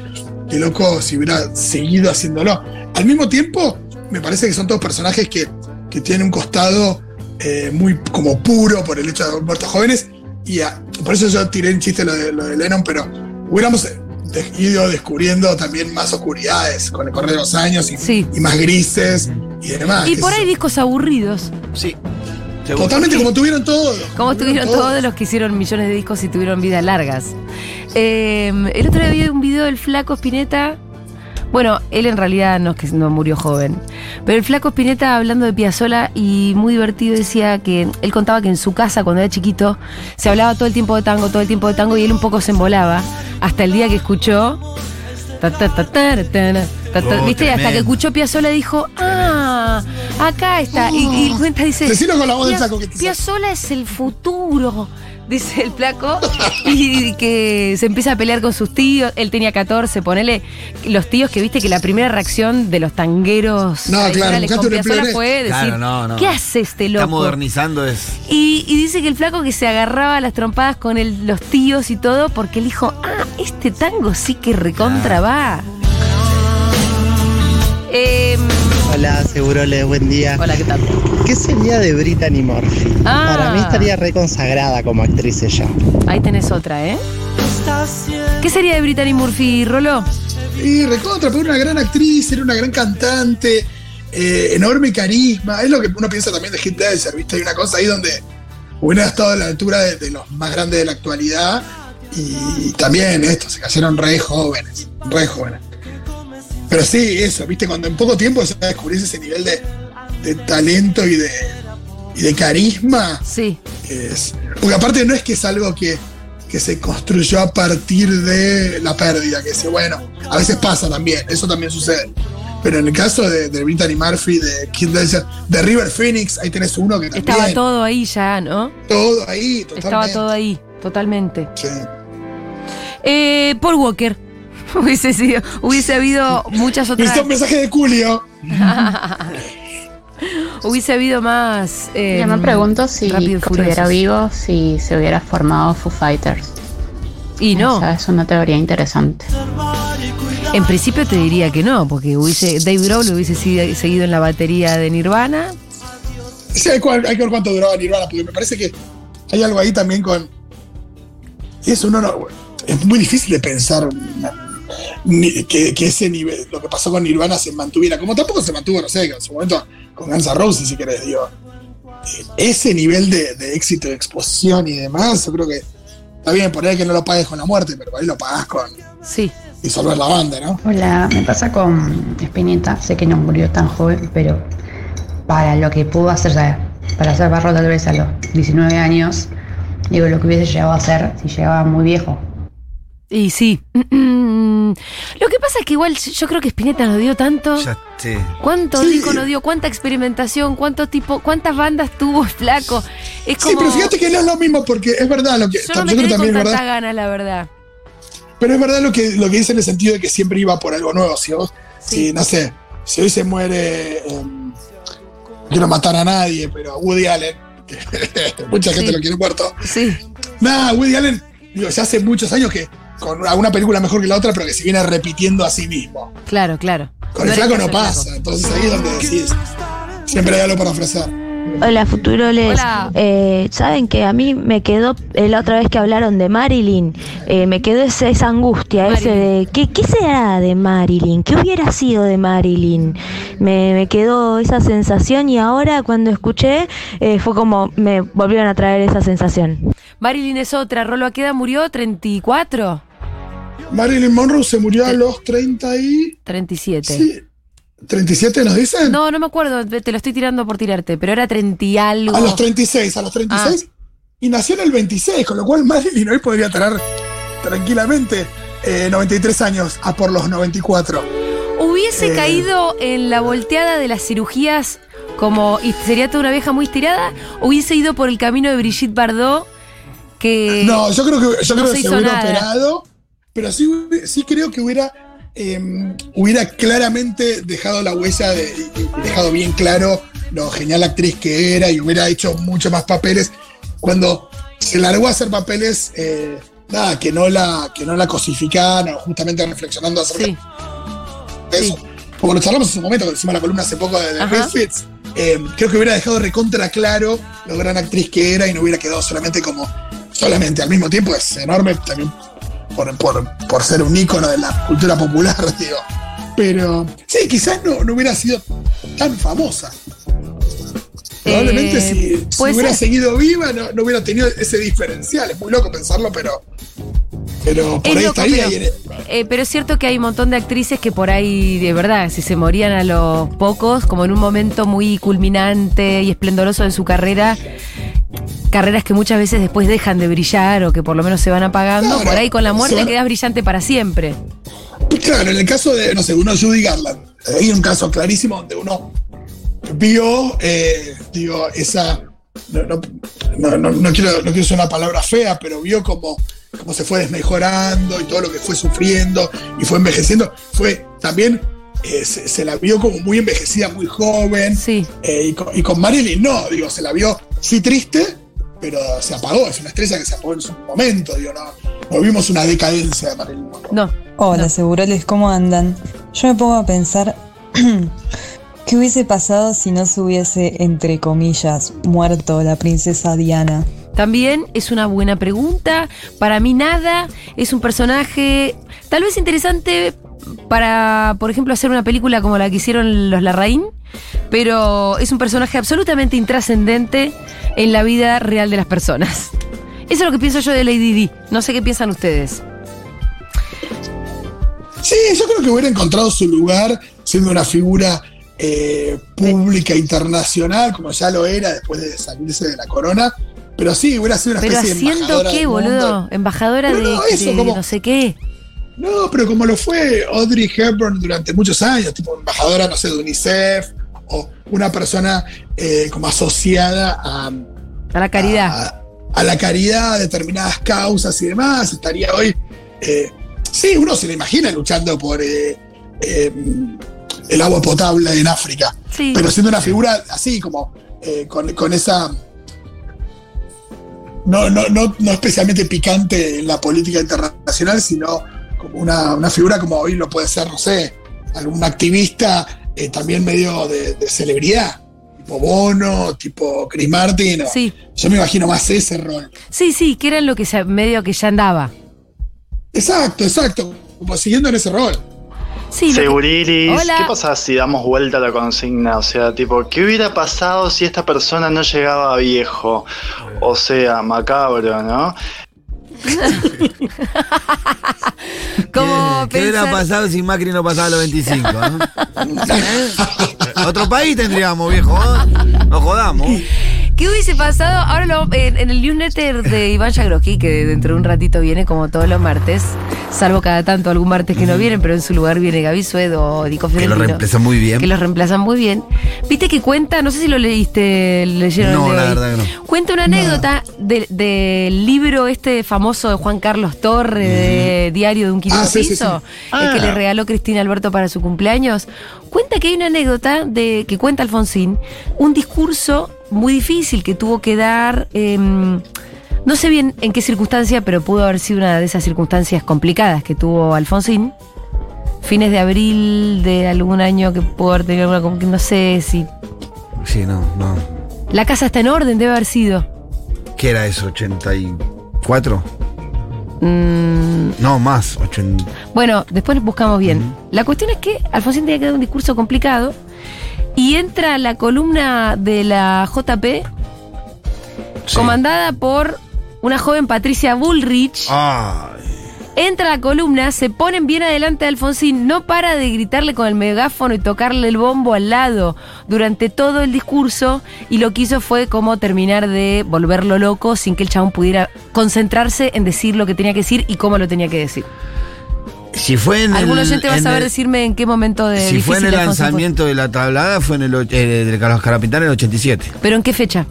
S2: qué loco si hubiera seguido haciéndolo. Al mismo tiempo, me parece que son todos personajes que, que tienen un costado eh, muy como puro por el hecho de haber muerto jóvenes, y a- por eso yo tiré en chiste lo de, lo de Lennon, pero hubiéramos de- ido descubriendo también más oscuridades con el correr de los años y,
S4: Sí.
S2: y más grises y demás.
S4: Y
S2: qué
S4: por
S2: sé
S4: ahí
S2: yo.
S4: discos aburridos.
S5: Sí. seguro.
S2: Totalmente como tuvieron todos.
S4: Como estuvieron todos los que hicieron millones de discos y tuvieron vidas largas. Eh, el otro día vi un video del flaco Spinetta. Bueno, él en realidad no, es que no murió joven. Pero el flaco Spinetta hablando de Piazzola y muy divertido decía que él contaba que en su casa cuando era chiquito se hablaba todo el tiempo de tango, todo el tiempo de tango y él un poco se embolaba hasta el día que escuchó... ta, ta, ta, ta, ta, na, ta, ta,
S5: Oh,
S4: ¿Viste? Hasta que
S5: tremendo.
S4: escuchó Piazzola dijo, ah, acá está. Y, y cuenta dice...
S2: Decilo con la voz del
S4: Pia-
S2: saco que te sale.
S4: Piazzolla es el futuro, dice el flaco, y que se empieza a pelear con sus tíos. Él tenía 14, ponele. Los tíos que viste que la primera reacción de los tangueros
S2: No, claro,
S4: tradicionales
S2: buscate
S4: con
S2: un empleo
S4: Piazzolla
S2: honesto.
S4: fue decir,
S5: Claro, no, no.
S4: ¿qué hace este
S5: Está
S4: loco?
S5: modernizando es.
S4: Y, y dice que el flaco que se agarraba a las trompadas con el- los tíos y todo, porque él dijo, ah, este tango sí que recontra va. Em,
S11: Hola, Segurole, buen día.
S4: hola, ¿qué tal?
S11: ¿Qué sería de Brittany Murphy?
S4: Ah.
S11: Para mí estaría reconsagrada como actriz ella.
S4: Ahí tenés otra, ¿eh? ¿Qué sería de Brittany Murphy, Rolo?
S2: Y recontra, pero era una gran actriz, era una gran cantante, eh, enorme carisma. Es lo que uno piensa también de Hit Ledger, ¿viste? Hay una cosa ahí donde hubiera estado a la altura de, de los más grandes de la actualidad y, también esto, se casaron re jóvenes, re jóvenes. Pero sí, eso, viste, cuando en poco tiempo se descubrís ese nivel de, de talento y de, y de carisma.
S4: Sí.
S2: es- porque aparte no es que es algo que, que se construyó a partir de la pérdida, que se, bueno, a veces pasa también, eso también sucede. Pero en el caso de, de Brittany Murphy, de Kim Dexter, de River Phoenix, ahí tenés uno que también.
S4: Estaba todo ahí ya, ¿no?
S2: Todo ahí,
S4: Estaba
S2: totalmente.
S4: todo ahí, totalmente.
S2: Sí.
S4: Eh, Paul Walker. Hubiese sido, hubiese habido muchas
S2: Me
S4: otras.
S2: hizo un mensaje de Julio.
S4: hubiese habido más. eh,
S12: Yo
S7: Em,
S12: me pregunto si
S4: Rápido y
S12: estuviera
S4: Furiosos.
S12: vivo, si se hubiera formado Foo Fighters.
S4: Y no.
S12: Esa es una teoría interesante.
S4: En principio te diría que no, porque hubiese, Dave Grohl hubiese sido- seguido en la batería de Nirvana.
S2: Sí, hay, cual- hay que ver cuánto duraba Nirvana, porque me parece que hay algo ahí también con. Eso uno no. Es muy difícil de pensar una- ni- que, que ese nivel, lo que pasó con Nirvana se mantuviera. Como tampoco se mantuvo, no sé, en su momento con Guns N' Roses, si querés, digo. Ese nivel de, de éxito, de exposición y demás, yo creo que. Está bien, poner que no lo pagues con la muerte, pero por ahí lo pagas con.
S4: Sí.
S2: Y salvar la banda, ¿no?
S13: Hola, me pasa con Spinetta, sé que no murió tan joven, pero para lo que pudo hacer, o sea, Eh, para hacer barro tal vez a los 19 años, digo, lo que hubiese llegado a hacer si llegaba muy viejo.
S4: Y sí. Lo que pasa es que igual yo creo que Spinetta nos dio tanto.
S5: Ya sí.
S4: ¿Cuánto disco nos dio? ¿Cuánta experimentación? ¿Cuánto tipo? ¿Cuántas bandas tuvo flaco? Es como,
S2: Sí, pero fíjate que no es lo mismo, porque es verdad lo que.
S4: Yo no me
S2: creo
S4: quedé con
S2: es
S4: tantas ganas, la verdad.
S2: Pero es verdad lo que, lo que dice en el sentido de que siempre iba por algo nuevo. Si vos, si, no sé, si hoy se muere, em, quiero matar a nadie, pero Woody Allen, que mucha gente
S14: Sí.
S2: lo quiere muerto.
S4: Sí.
S2: Nada, Woody Allen, digo, ya hace muchos años que con alguna película mejor que la otra, pero que se viene repitiendo a sí mismo.
S4: Claro, claro.
S2: Con
S4: No
S2: el
S4: era
S2: flaco
S4: el
S2: no
S4: caso del
S2: pasa, entonces ahí es donde decís, siempre hay algo para ofrecer.
S7: Hola, futuroles. Eh, Saben que a mí me quedó, eh, la otra vez que hablaron de Marilyn, eh, me quedó ese- esa angustia, ese de, ¿qué, ¿qué será de Marilyn? ¿Qué hubiera sido de Marilyn? Me, me quedó esa sensación y ahora cuando escuché eh, fue como me volvieron a traer esa sensación.
S4: Marilyn es otra. Rolo Aqueda murió 34.
S2: Marilyn Monroe se murió a los 30 y...
S4: 37.
S2: Sí. ¿37 nos dicen?
S4: No, no me acuerdo. Te lo estoy tirando por tirarte, pero era 30 y algo.
S2: A los 36, a los 36. Y nació en el 26, con lo cual Marilyn hoy podría tener tranquilamente eh, 93 años a por los 94.
S4: Hubiese
S2: Eh.
S4: caído en la volteada de las cirugías como y sería toda una vieja muy estirada. Hubiese ido por el camino de Brigitte Bardot que
S2: No, yo creo que, yo
S4: no
S2: creo
S4: se
S2: que se
S4: hizo
S2: hubiera
S4: nada.
S2: operado, pero sí, hubi- sí creo que hubiera, eh, hubiera claramente dejado la huella de- y dejado bien claro lo genial actriz que era y hubiera hecho mucho más papeles. Cuando se largó a hacer papeles, eh, nada, que no la, que no la cosificaban, o justamente reflexionando acerca de eso. Como lo charlamos en su momento, cuando hicimos la columna hace poco de The
S4: Ajá.
S2: Misfits, eh, creo que hubiera dejado recontra claro lo gran actriz que era y no hubiera quedado solamente como solamente al mismo tiempo es enorme también por, por- por ser un ícono de la cultura popular, digo. Pero sí, quizás no, no hubiera sido tan famosa. Probablemente
S4: Eh,
S2: si- si,
S4: puede
S2: hubiera
S4: ser.
S2: seguido viva no, no hubiera tenido ese diferencial. Es muy loco pensarlo, pero, pero por
S4: Es
S2: ahí
S4: loco,
S2: estaría.
S4: pero-
S2: y en-
S4: Eh, pero es cierto que hay un montón de actrices que por ahí, de verdad, si se morían a los pocos, como en un momento muy culminante y esplendoroso de su carrera, carreras que muchas veces después dejan de brillar o que por lo menos se van apagando,
S2: Claro,
S4: por ahí con la
S2: se
S4: muerte
S2: van-
S4: quedas brillante para siempre.
S2: Claro, en el caso de, no sé, uno Judy Garland, hay un caso clarísimo donde uno vio, eh, digo, esa, no, no- no- no- no quiero, no quiero usar una palabra fea, pero vio como, como se fue desmejorando y todo lo que fue sufriendo y fue envejeciendo, fue también, eh, se, se la vio como muy envejecida, muy joven, Eh, y, con, y con Marilyn no, digo, se la vio sí triste, pero se apagó, es una estrella que se apagó en su momento, digo, no, no vimos una decadencia de Marilyn.
S4: No.
S15: Hola, segurales, ¿cómo andan? Yo me pongo a pensar qué hubiese pasado si no se hubiese, entre comillas, muerto la princesa Diana.
S4: También es una buena pregunta. Para mí nada. Es un personaje tal vez interesante, para, por ejemplo, hacer una película como la que hicieron los Larraín, pero es un personaje absolutamente intrascendente en la vida real de las personas. Eso es lo que pienso yo de Lady Di. No sé qué piensan ustedes.
S2: Sí, yo creo que hubiera encontrado su lugar siendo una figura eh, pública internacional, como ya lo era después de salirse de la corona. Pero sí, hubiera sido una
S4: Pero
S2: especie de
S4: haciendo
S2: embajadora
S4: qué,
S2: del mundo.
S4: boludo. Embajadora
S2: Pero
S4: de,
S2: no, eso,
S4: de
S2: como-
S4: no sé qué.
S2: No, pero como lo fue Audrey Hepburn durante muchos años, tipo embajadora, no sé, de UNICEF, o una persona eh, como asociada a,
S4: a la caridad.
S2: A, la caridad, a determinadas causas y demás, estaría hoy. eh, sí, uno se le imagina luchando por eh, eh, el agua potable en África,
S4: Sí.
S2: pero siendo una figura así, como eh, con, con esa. No, no, no, no especialmente picante en la política internacional, sino como una, una figura como hoy lo puede ser, no sé, algún activista eh, también medio de, de celebridad, tipo Bono, tipo Chris Martin. o-
S4: Sí.
S2: Yo me imagino más ese rol.
S4: Sí, sí, que era lo que se- medio que ya andaba.
S2: Exacto, exacto. Como siguiendo en ese rol.
S4: Sí, lo que-
S14: Segurilis,
S4: Hola.
S14: ¿qué pasa si damos vuelta a la consigna? O sea, tipo, ¿qué hubiera pasado si esta persona no llegaba viejo? O sea, macabro, ¿no?
S4: ¿Cómo
S5: ¿Qué hubiera
S4: pensar-
S5: pasado si Macri no pasaba los 25? ¿eh? ¿Eh? Otro país tendríamos, viejo. ¿eh? No jodamos.
S4: ¿Qué hubiese pasado? Ahora lo- en, en el newsletter de Iván Yagroski, que dentro de un ratito viene como todos los martes, salvo cada tanto algún martes que no vienen, pero en su lugar viene Gaby Suedo o Dico
S5: Que lo
S4: Fiorentino,
S5: reemplaza muy bien.
S4: Que los reemplazan muy bien. ¿Viste que cuenta? No sé si lo leíste, leyeron el
S5: No,
S4: de
S5: la
S4: hoy.
S5: verdad que no.
S4: Cuenta una anécdota de- del libro este famoso de Juan Carlos Torre, de Diario de un quinto
S2: Ah, sí, sí,
S4: piso,
S2: sí.
S4: el que
S2: Ah.
S4: le regaló Cristina Alberto para su cumpleaños. Cuenta que hay una anécdota de que cuenta Alfonsín, un discurso muy difícil que tuvo que dar. eh, no sé bien en qué circunstancia, pero pudo haber sido una de esas circunstancias complicadas que tuvo Alfonsín fines de abril de algún año que pudo haber tenido alguna, como que no sé si.
S5: Sí, no, no.
S4: La casa está en orden, debe haber sido.
S5: ¿Qué era eso? ¿84?
S4: Mm,
S5: No, más. 80.
S4: bueno, después buscamos bien. La cuestión es que Alfonsín tenía que dar un discurso complicado y entra la columna de la JP, comandada por una joven Patricia Bullrich.
S5: Ah. Ay.
S4: Entra la columna, se ponen bien adelante de Alfonsín, no para de gritarle con el megáfono y tocarle el bombo al lado durante todo el discurso y lo que hizo fue como terminar de volverlo loco sin que el chabón pudiera concentrarse en decir lo que tenía que decir y cómo lo tenía que decir.
S5: Si fue en
S4: Algún
S5: el-
S4: oyente va a
S5: en
S4: saber
S5: el-
S4: decirme en qué momento de
S5: Si fue en
S4: difícil
S5: el
S4: de Alfonsín
S5: lanzamiento de la tablada, fue en el, och- eh, del Carlos Carapintán en el 87.
S4: fue. Pero en qué fecha?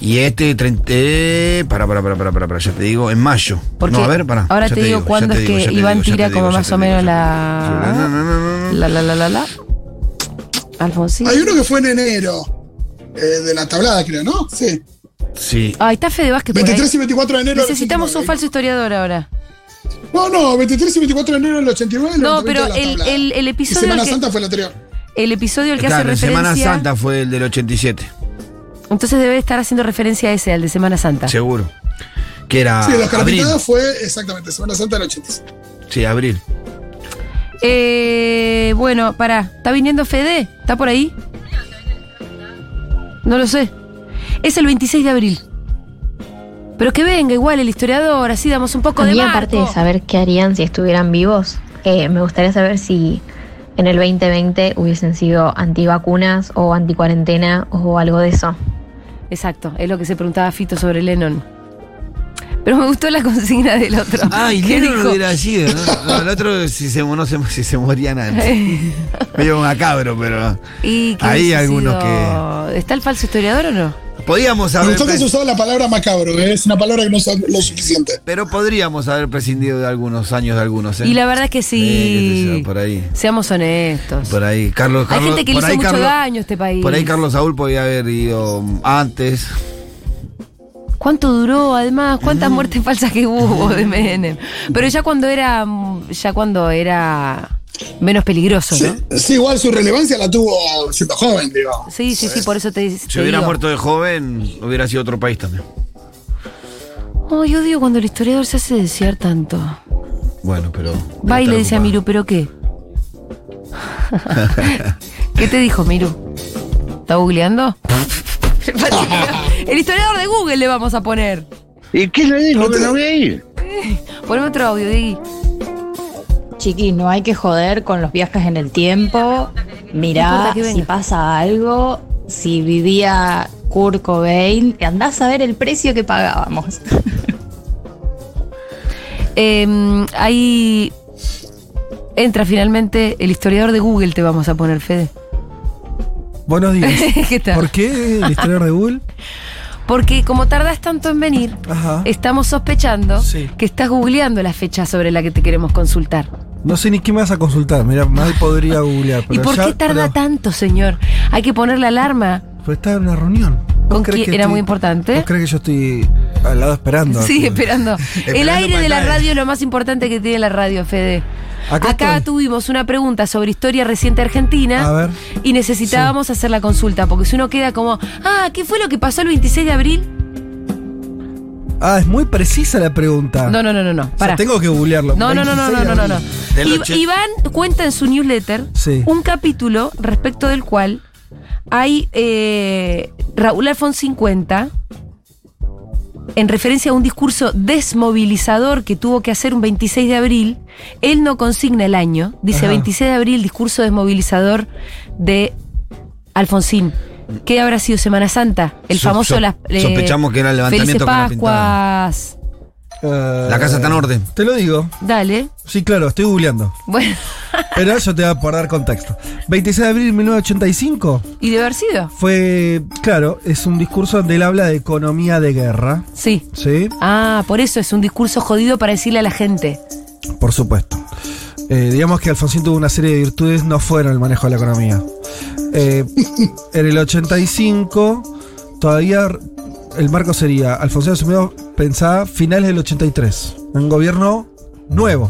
S5: Y este 30. eh, Para, para, para, para, para, para, ya te digo, en mayo.
S4: Porque
S5: no, a ver, para.
S4: ahora te digo cuándo es que Iván tira como más o menos la... La, la, la, la, la. Alfonsín.
S2: Hay uno que fue en enero eh, de la tablada, creo, ¿no? Sí.
S5: Sí.
S4: Ahí está Fede Vázquez. por ahí.
S2: 23 y 24 de enero. del
S4: Necesitamos un falso historiador ahora.
S2: 89. No, no, 23 y 24 de enero del 89. el
S4: No,
S2: 90
S4: pero
S2: de la
S4: el,
S2: tablada.
S4: el- el
S2: Y
S4: episodio.
S2: Semana
S4: al que-
S2: Santa fue el anterior.
S4: El episodio al que
S5: Claro, en
S4: hace
S5: Semana
S4: referencia.
S5: Santa fue el del 87,
S4: Entonces debe estar haciendo referencia a ese, al de Semana Santa.
S5: seguro. Que era
S2: Sí, los
S5: Ah, abril.
S2: Carapintadas fue exactamente Semana Santa del 87.
S5: Sí, abril.
S4: Eh, bueno, pará. ¿Está viniendo Fede? ¿Está por ahí? No lo sé. Es el 26 de abril. Pero que venga igual el historiador, así damos un poco
S16: A
S4: de
S16: mí,
S4: marco.
S16: aparte de saber qué harían si estuvieran vivos, eh, me gustaría saber si en el 2020 hubiesen sido antivacunas o anticuarentena o algo de eso.
S4: Exacto, es lo que se preguntaba Fito sobre Lennon. Pero me gustó la consigna del otro.
S5: Ay,
S4: Ah, ¿Qué
S5: Lennon
S4: dijo?
S5: hubiera sido, ¿no? No, El otro, si se, no se, si se morían antes. Medio macabro, pero.
S4: ¿Y qué
S5: Hay
S4: hubiese
S5: algunos
S4: sido? ¿Está el falso historiador o no?
S5: Podíamos
S2: Me
S5: haber.
S2: gustó que has usado la palabra macabro, ¿eh? es una palabra que no es lo suficiente.
S5: Pero podríamos haber prescindido de algunos años de algunos. ¿eh?
S4: Y la verdad es que
S5: Eh, qué sé
S4: sí.
S5: yo, por ahí.
S4: Seamos honestos.
S5: Por ahí. Carlos,
S4: Hay
S5: Carlos-
S4: gente que le
S5: por
S4: hizo
S5: ahí
S4: mucho
S5: Carlos-
S4: daño a este país.
S5: Por ahí Carlos Saúl podía haber ido antes.
S4: ¿Cuánto duró? Además,
S5: Mm.
S4: cuántas muertes falsas que hubo de Menem. Pero ya cuando era ya cuando era menos peligroso, ¿no?
S2: Sí, igual su relevancia la tuvo siendo joven, digo.
S4: Sí, sí, sí, por eso te,
S5: Si
S4: te
S5: hubiera
S4: digo.
S5: muerto de joven, hubiera sido otro país también.
S4: Oh, yo digo cuando el historiador se hace desear tanto.
S5: Bueno, pero.
S4: Va y le dice a Miru, ¿pero qué? ¿Qué te dijo, Miru? ¿Está googleando? El historiador de Google le vamos a poner.
S17: ¿Y qué le dijo que no voy a ir?
S4: Poneme otro audio, Diggy.
S18: Chiqui, no hay que joder con los viajes en el tiempo.
S4: No
S18: Mirá
S4: importa que venga.
S18: si pasa algo, si vivía Kurt Cobain, andás a ver el precio que pagábamos.
S4: Eh, ahí entra finalmente el historiador de Google, te vamos a poner, Fede.
S19: Buenos días.
S4: ¿Qué tal?
S19: ¿Por qué el historiador de Google?
S4: Porque como tardas tanto en venir, estamos sospechando
S19: Sí.
S4: que estás googleando la fecha sobre la que te queremos consultar.
S19: No sé ni qué me vas a consultar. Mira, más podría googlear.
S4: ¿Y
S19: pero
S4: por
S19: ya-
S4: qué tarda
S19: pero-
S4: tanto, señor? Hay que poner la alarma.
S19: Porque estaba en una reunión.
S4: ¿Con
S19: crees
S4: quién?
S19: que
S4: Era
S19: estoy-
S4: muy importante.
S19: ¿Vos crees que yo estoy al lado esperando?
S4: Sí, esperando. El
S19: Esperando
S4: aire
S19: para
S4: de la
S19: nadie.
S4: radio es lo más importante que tiene la radio, Fede.
S19: Acá
S4: Acá,
S19: estoy.
S4: tuvimos una pregunta sobre historia reciente argentina
S19: A ver.
S4: y necesitábamos hacer la consulta, porque si uno queda como, ah, ¿qué fue lo que pasó el 26 de abril?
S19: Ah, es muy precisa la pregunta.
S4: No, no, no, no, no.
S19: O sea,
S4: pará.
S19: tengo que googlearlo.
S4: No, no, no, no, no, no, no, no.
S19: 26 de abril.
S4: Ib- Iván cuenta en su newsletter
S19: Sí.
S4: un capítulo respecto del cual hay eh, Raúl Alfonsín cuenta en referencia a un discurso desmovilizador que tuvo que hacer un 26 de abril. Él no consigna el año, dice
S20: Ajá.
S4: 26 de abril, discurso desmovilizador de Alfonsín. ¿Qué habrá sido Semana Santa? El
S5: Sop-
S4: famoso
S5: sop-
S4: las, eh,
S5: sospechamos que era el
S4: Felices
S5: levantamiento con la
S4: Pascuas.
S5: La casa está en orden.
S19: Te lo digo.
S4: Dale.
S19: Sí, claro, estoy googleando.
S4: Bueno,
S19: Pero eso te va por dar contexto. 26 de abril de 1985
S4: y de haber sido.
S19: fue, claro, es un discurso donde él habla de economía de guerra.
S4: Sí.
S19: Sí,
S4: Ah, por eso es un discurso jodido para decirle a la gente.
S19: por supuesto. Eh, digamos que Alfonsín tuvo una serie de virtudes, no fueron el manejo de la economía. Eh, en el 85, todavía el marco sería, Alfonsín asumió, pensaba, finales del 83, un gobierno nuevo.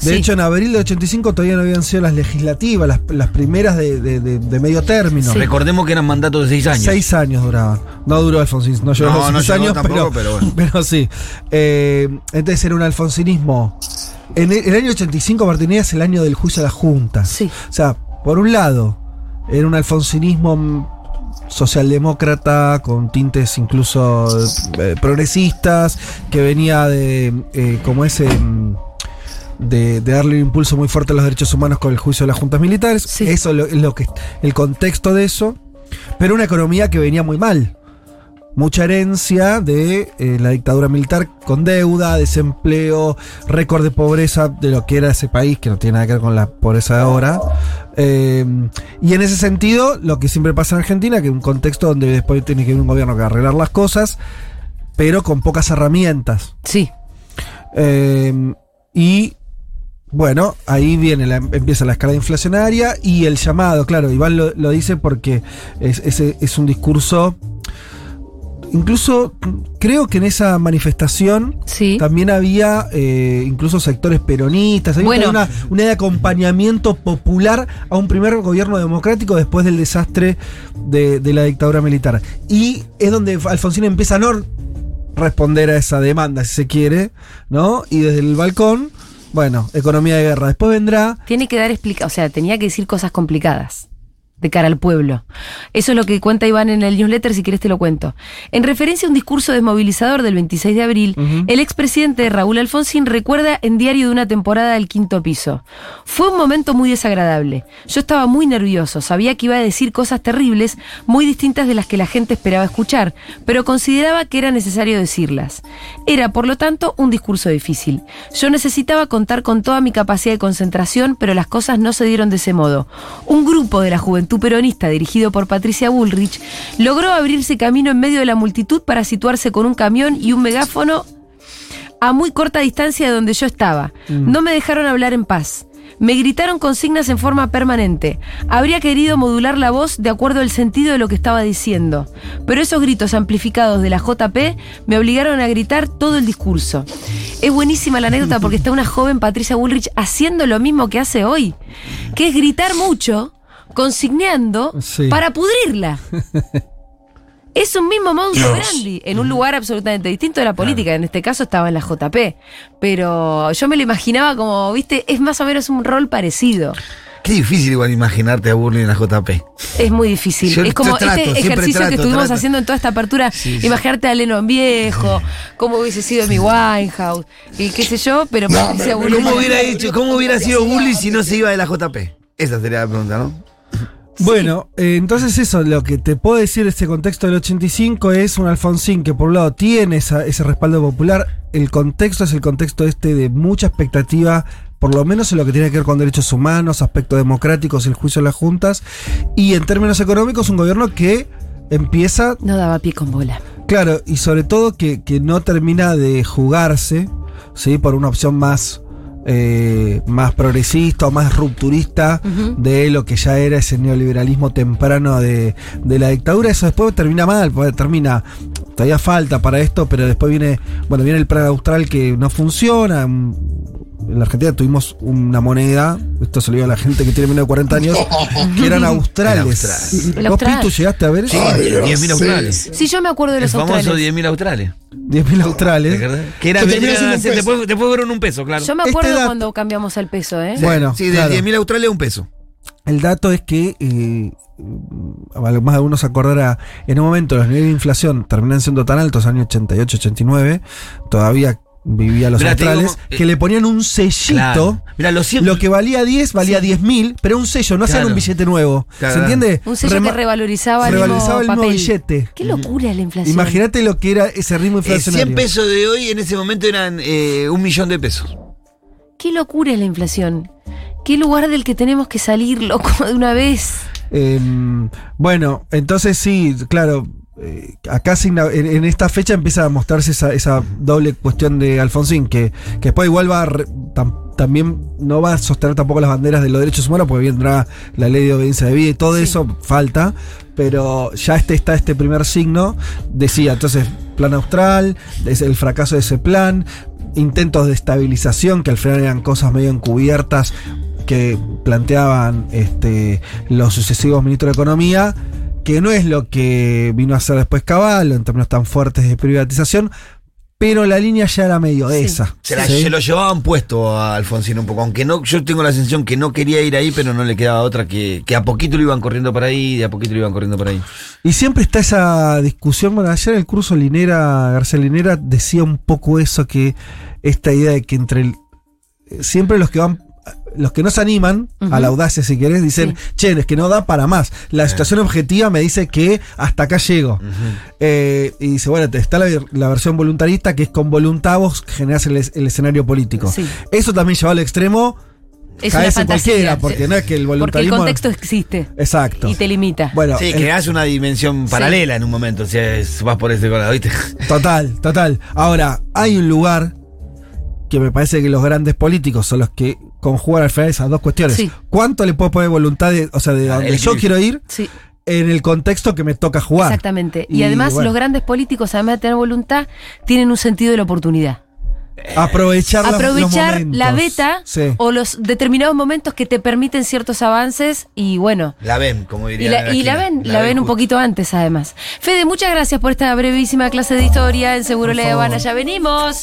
S19: De
S4: Sí.
S19: hecho, en abril del 85 todavía no habían sido las legislativas, las, las primeras de, de- de- de medio término.
S5: Recordemos que eran mandatos de seis años.
S19: Seis años duraba. No duró Alfonsín, no llegó
S5: No,
S19: a los
S5: no
S19: seis
S5: llegó
S19: años,
S5: tampoco,
S19: pero,
S5: pero bueno.
S19: pero sí. Eh, entonces era un alfonsinismo. En el, el año 85, Martínez es el año del juicio a la Junta.
S4: Sí.
S19: O sea, por un lado, era un alfonsinismo mm, socialdemócrata con tintes incluso eh, progresistas, que venía de, eh, como ese... mm, de, de darle un impulso muy fuerte a los derechos humanos con el juicio de las juntas militares. Eso lo- es lo que el contexto de eso. Pero una economía que venía muy mal. Mucha herencia de eh, la dictadura militar con deuda, desempleo, récord de pobreza de lo que era ese país, que no tiene nada que ver con la pobreza de ahora. Eh, y en ese sentido, lo que siempre pasa en Argentina, que es un contexto donde después tiene que haber un gobierno que arreglar las cosas, pero con pocas herramientas.
S4: Sí.
S19: Em, y bueno, ahí viene la- empieza la escala inflacionaria y el llamado, claro, Iván lo, lo dice porque es, ese es un discurso. Incluso creo que en esa manifestación también había eh, incluso sectores peronistas, había
S4: Bueno.
S19: una, una idea de acompañamiento popular a un primer gobierno democrático después del desastre de, de la dictadura militar. Y es donde Alfonsín empieza a no responder a esa demanda, si se quiere, ¿no? Y desde el balcón, bueno, economía de guerra. Después vendrá
S4: Tiene que dar explica, o sea, tenía que decir cosas complicadas de cara al pueblo. Eso es lo que cuenta Iván en el newsletter, si querés te lo cuento. En referencia a un discurso desmovilizador del 26 de abril, el expresidente Raúl Alfonsín recuerda en Diario de una temporada del quinto piso. Fue un momento muy desagradable. Yo estaba muy nervioso, sabía que iba a decir cosas terribles, muy distintas de las que la gente esperaba escuchar, pero consideraba que era necesario decirlas. Era, por lo tanto, un discurso difícil. Yo necesitaba contar con toda mi capacidad de concentración, pero las cosas no se dieron de ese modo. Un grupo de la juventud peronista, dirigido por Patricia Bullrich, logró abrirse camino en medio de la multitud para situarse con un camión y un megáfono a muy corta distancia de donde yo estaba. No me dejaron hablar en paz. Me gritaron consignas en forma permanente. Habría querido modular la voz de acuerdo al sentido de lo que estaba diciendo. Pero esos gritos amplificados de la JP me obligaron a gritar todo el discurso. Es buenísima la anécdota porque está una joven Patricia Bullrich haciendo lo mismo que hace hoy, que es gritar mucho, consignando
S19: Sí.
S4: para pudrirla. Es un mismo monstruo grande, en un lugar absolutamente distinto de la política. En este caso estaba en la JP. Pero yo me lo imaginaba como, viste, es más o menos un rol parecido.
S5: Qué difícil igual imaginarte a Burley en la JP.
S4: Es muy difícil.
S5: Yo-
S4: es como
S5: yo trato,
S4: este
S5: siempre
S4: ejercicio que
S5: trato,
S4: estuvimos
S5: trato.
S4: haciendo en toda esta apertura.
S5: sí.
S4: Imaginarte a Lennon viejo, cómo hubiese sido mi Winehouse, y qué sé yo, pero parece a Burley.
S5: ¿Cómo hubiera hecho? ¿Cómo hubiera sido Burley si no se iba de la JP? Esa sería la pregunta, ¿no?
S19: Bueno, eh, entonces eso, lo que te puedo decir de este contexto del 85 es un Alfonsín que por un lado tiene esa- ese respaldo popular, el contexto es el contexto este de mucha expectativa, por lo menos en lo que tiene que ver con derechos humanos, aspectos democráticos, el juicio de las juntas, y en términos económicos un gobierno que empieza...
S4: No daba pie con bola.
S19: Claro, y sobre todo que, que no termina de jugarse, ¿sí? Por una opción más... eh, más progresista o más rupturista
S4: Ujú.
S19: de lo que ya era ese neoliberalismo temprano de, de la dictadura. Eso después termina mal, porque termina. Todavía falta para esto, pero después viene, bueno, viene el plan austral que no funciona. En la Argentina tuvimos una moneda, esto se lo digo a la gente que tiene menos de 40 años, que eran australes.
S4: El
S19: ¿Vos,
S4: austral.
S19: Pitu, llegaste a ver eso?
S5: Ay, 10.000 australes.
S4: Sí, yo me acuerdo de
S5: El
S4: los
S5: famoso
S4: australes.
S5: 10.000 australes.
S19: 10.000 australes.
S5: Que era,
S19: Que terminó
S5: era-
S19: siendo un
S5: se- te,
S19: peso.
S5: fue- te fueron un peso, claro.
S4: Yo me acuerdo cuando cambiamos el peso, ¿eh?
S19: Bueno,
S5: Sí, de
S19: claro.
S5: 10.000 australes un peso.
S19: El dato es que, eh, a lo más de uno se acordará, en un momento los niveles de inflación terminan siendo tan altos, año 88, 89, todavía vivía los
S5: Mirá, te digo
S19: australes,
S5: cómo- eh,
S19: que le ponían un sellito.
S5: Claro. Mirá, los cien-
S19: Lo que valía 10, valía 10.000, pero un sello, no hacían
S5: Claro.
S19: un billete nuevo.
S5: Claro. Eh,
S19: ¿Se entiende?
S4: Un sello
S19: Rema-
S4: que revalorizaba,
S19: revalorizaba
S4: el
S19: el
S4: mismo
S19: mismo
S4: papel.
S19: billete.
S4: Qué locura la inflación.
S19: Imagínate lo que era ese ritmo
S5: Eh, 100
S19: inflacionario.
S5: pesos de hoy en ese momento eran eh, un millón de pesos.
S4: Qué locura es la inflación. Qué lugar del que tenemos que salir, loco, de una vez.
S19: Em, bueno, entonces sí, claro. eh, acá se ina- en, en esta fecha empieza a mostrarse esa, esa doble cuestión de Alfonsín, que, que después igual va a re- tam- también no va a sostener tampoco las banderas de los derechos humanos, porque vendrá la ley de obediencia de vida y todo eso falta. Pero ya este está este primer signo. Decía, entonces, plan austral, es el fracaso de ese plan, intentos de estabilización, que al final eran cosas medio encubiertas que planteaban este, los sucesivos ministros de Economía, que no es lo que vino a hacer después Caballo en términos tan fuertes de privatización, pero la línea ya era medio esa.
S5: Se, la-
S19: ¿sí?
S5: se lo llevaban puesto a Alfonsín un poco, aunque no, yo tengo la sensación que no quería ir ahí, pero no le quedaba otra que, que a poquito lo iban corriendo para ahí, de a poquito lo iban corriendo para ahí.
S19: Y siempre está esa discusión. Bueno, ayer el curso Linera, García Linera decía un poco eso, que esta idea de que entre el- siempre los que van, los que no se animan
S4: Ujú.
S19: a la audacia, si querés, dicen, che, es que no da para más. La situación objetiva me dice que hasta acá llego. Eh, y dice, bueno, te- está la, la versión voluntarista, que es con voluntad vos generás el, es- el escenario político.
S4: Sí.
S19: Eso también lleva al extremo.
S4: Es
S19: caes
S4: una
S19: en
S4: fantasía.
S19: cualquiera, porque no es que
S4: Porque
S19: el
S4: el
S19: voluntarismo.
S4: contexto existe
S19: Exacto.
S4: y te limita.
S19: Bueno,
S5: sí,
S19: el-
S5: creás una dimensión paralela en un momento, si es- vas por ese lado, ¿viste?
S19: Total, total. Ahora, hay un lugar que me parece que los grandes políticos son los que conjugan al final esas dos cuestiones.
S4: Sí.
S19: ¿Cuánto le puedo poner voluntad, de- o sea, de donde
S5: el
S19: yo
S5: equilibrio.
S19: quiero ir,
S4: Sí.
S19: en el contexto que me toca jugar?
S4: Exactamente. Y,
S19: Y
S4: además
S19: bueno.
S4: los grandes políticos, además de tener voluntad, tienen un sentido de la oportunidad.
S19: Aprovechar, las- los
S4: Aprovechar la
S19: momentos.
S4: beta
S19: Sí.
S4: o los determinados momentos que te permiten ciertos avances y bueno.
S5: La ven, como diría.
S4: Y la, y la
S5: Cristina.
S4: ven, la ven un
S5: justo.
S4: poquito antes además. Fede, muchas gracias por esta brevísima clase de historia en Seguro
S19: Por
S4: Le
S19: favor.
S4: Habana. Ya venimos.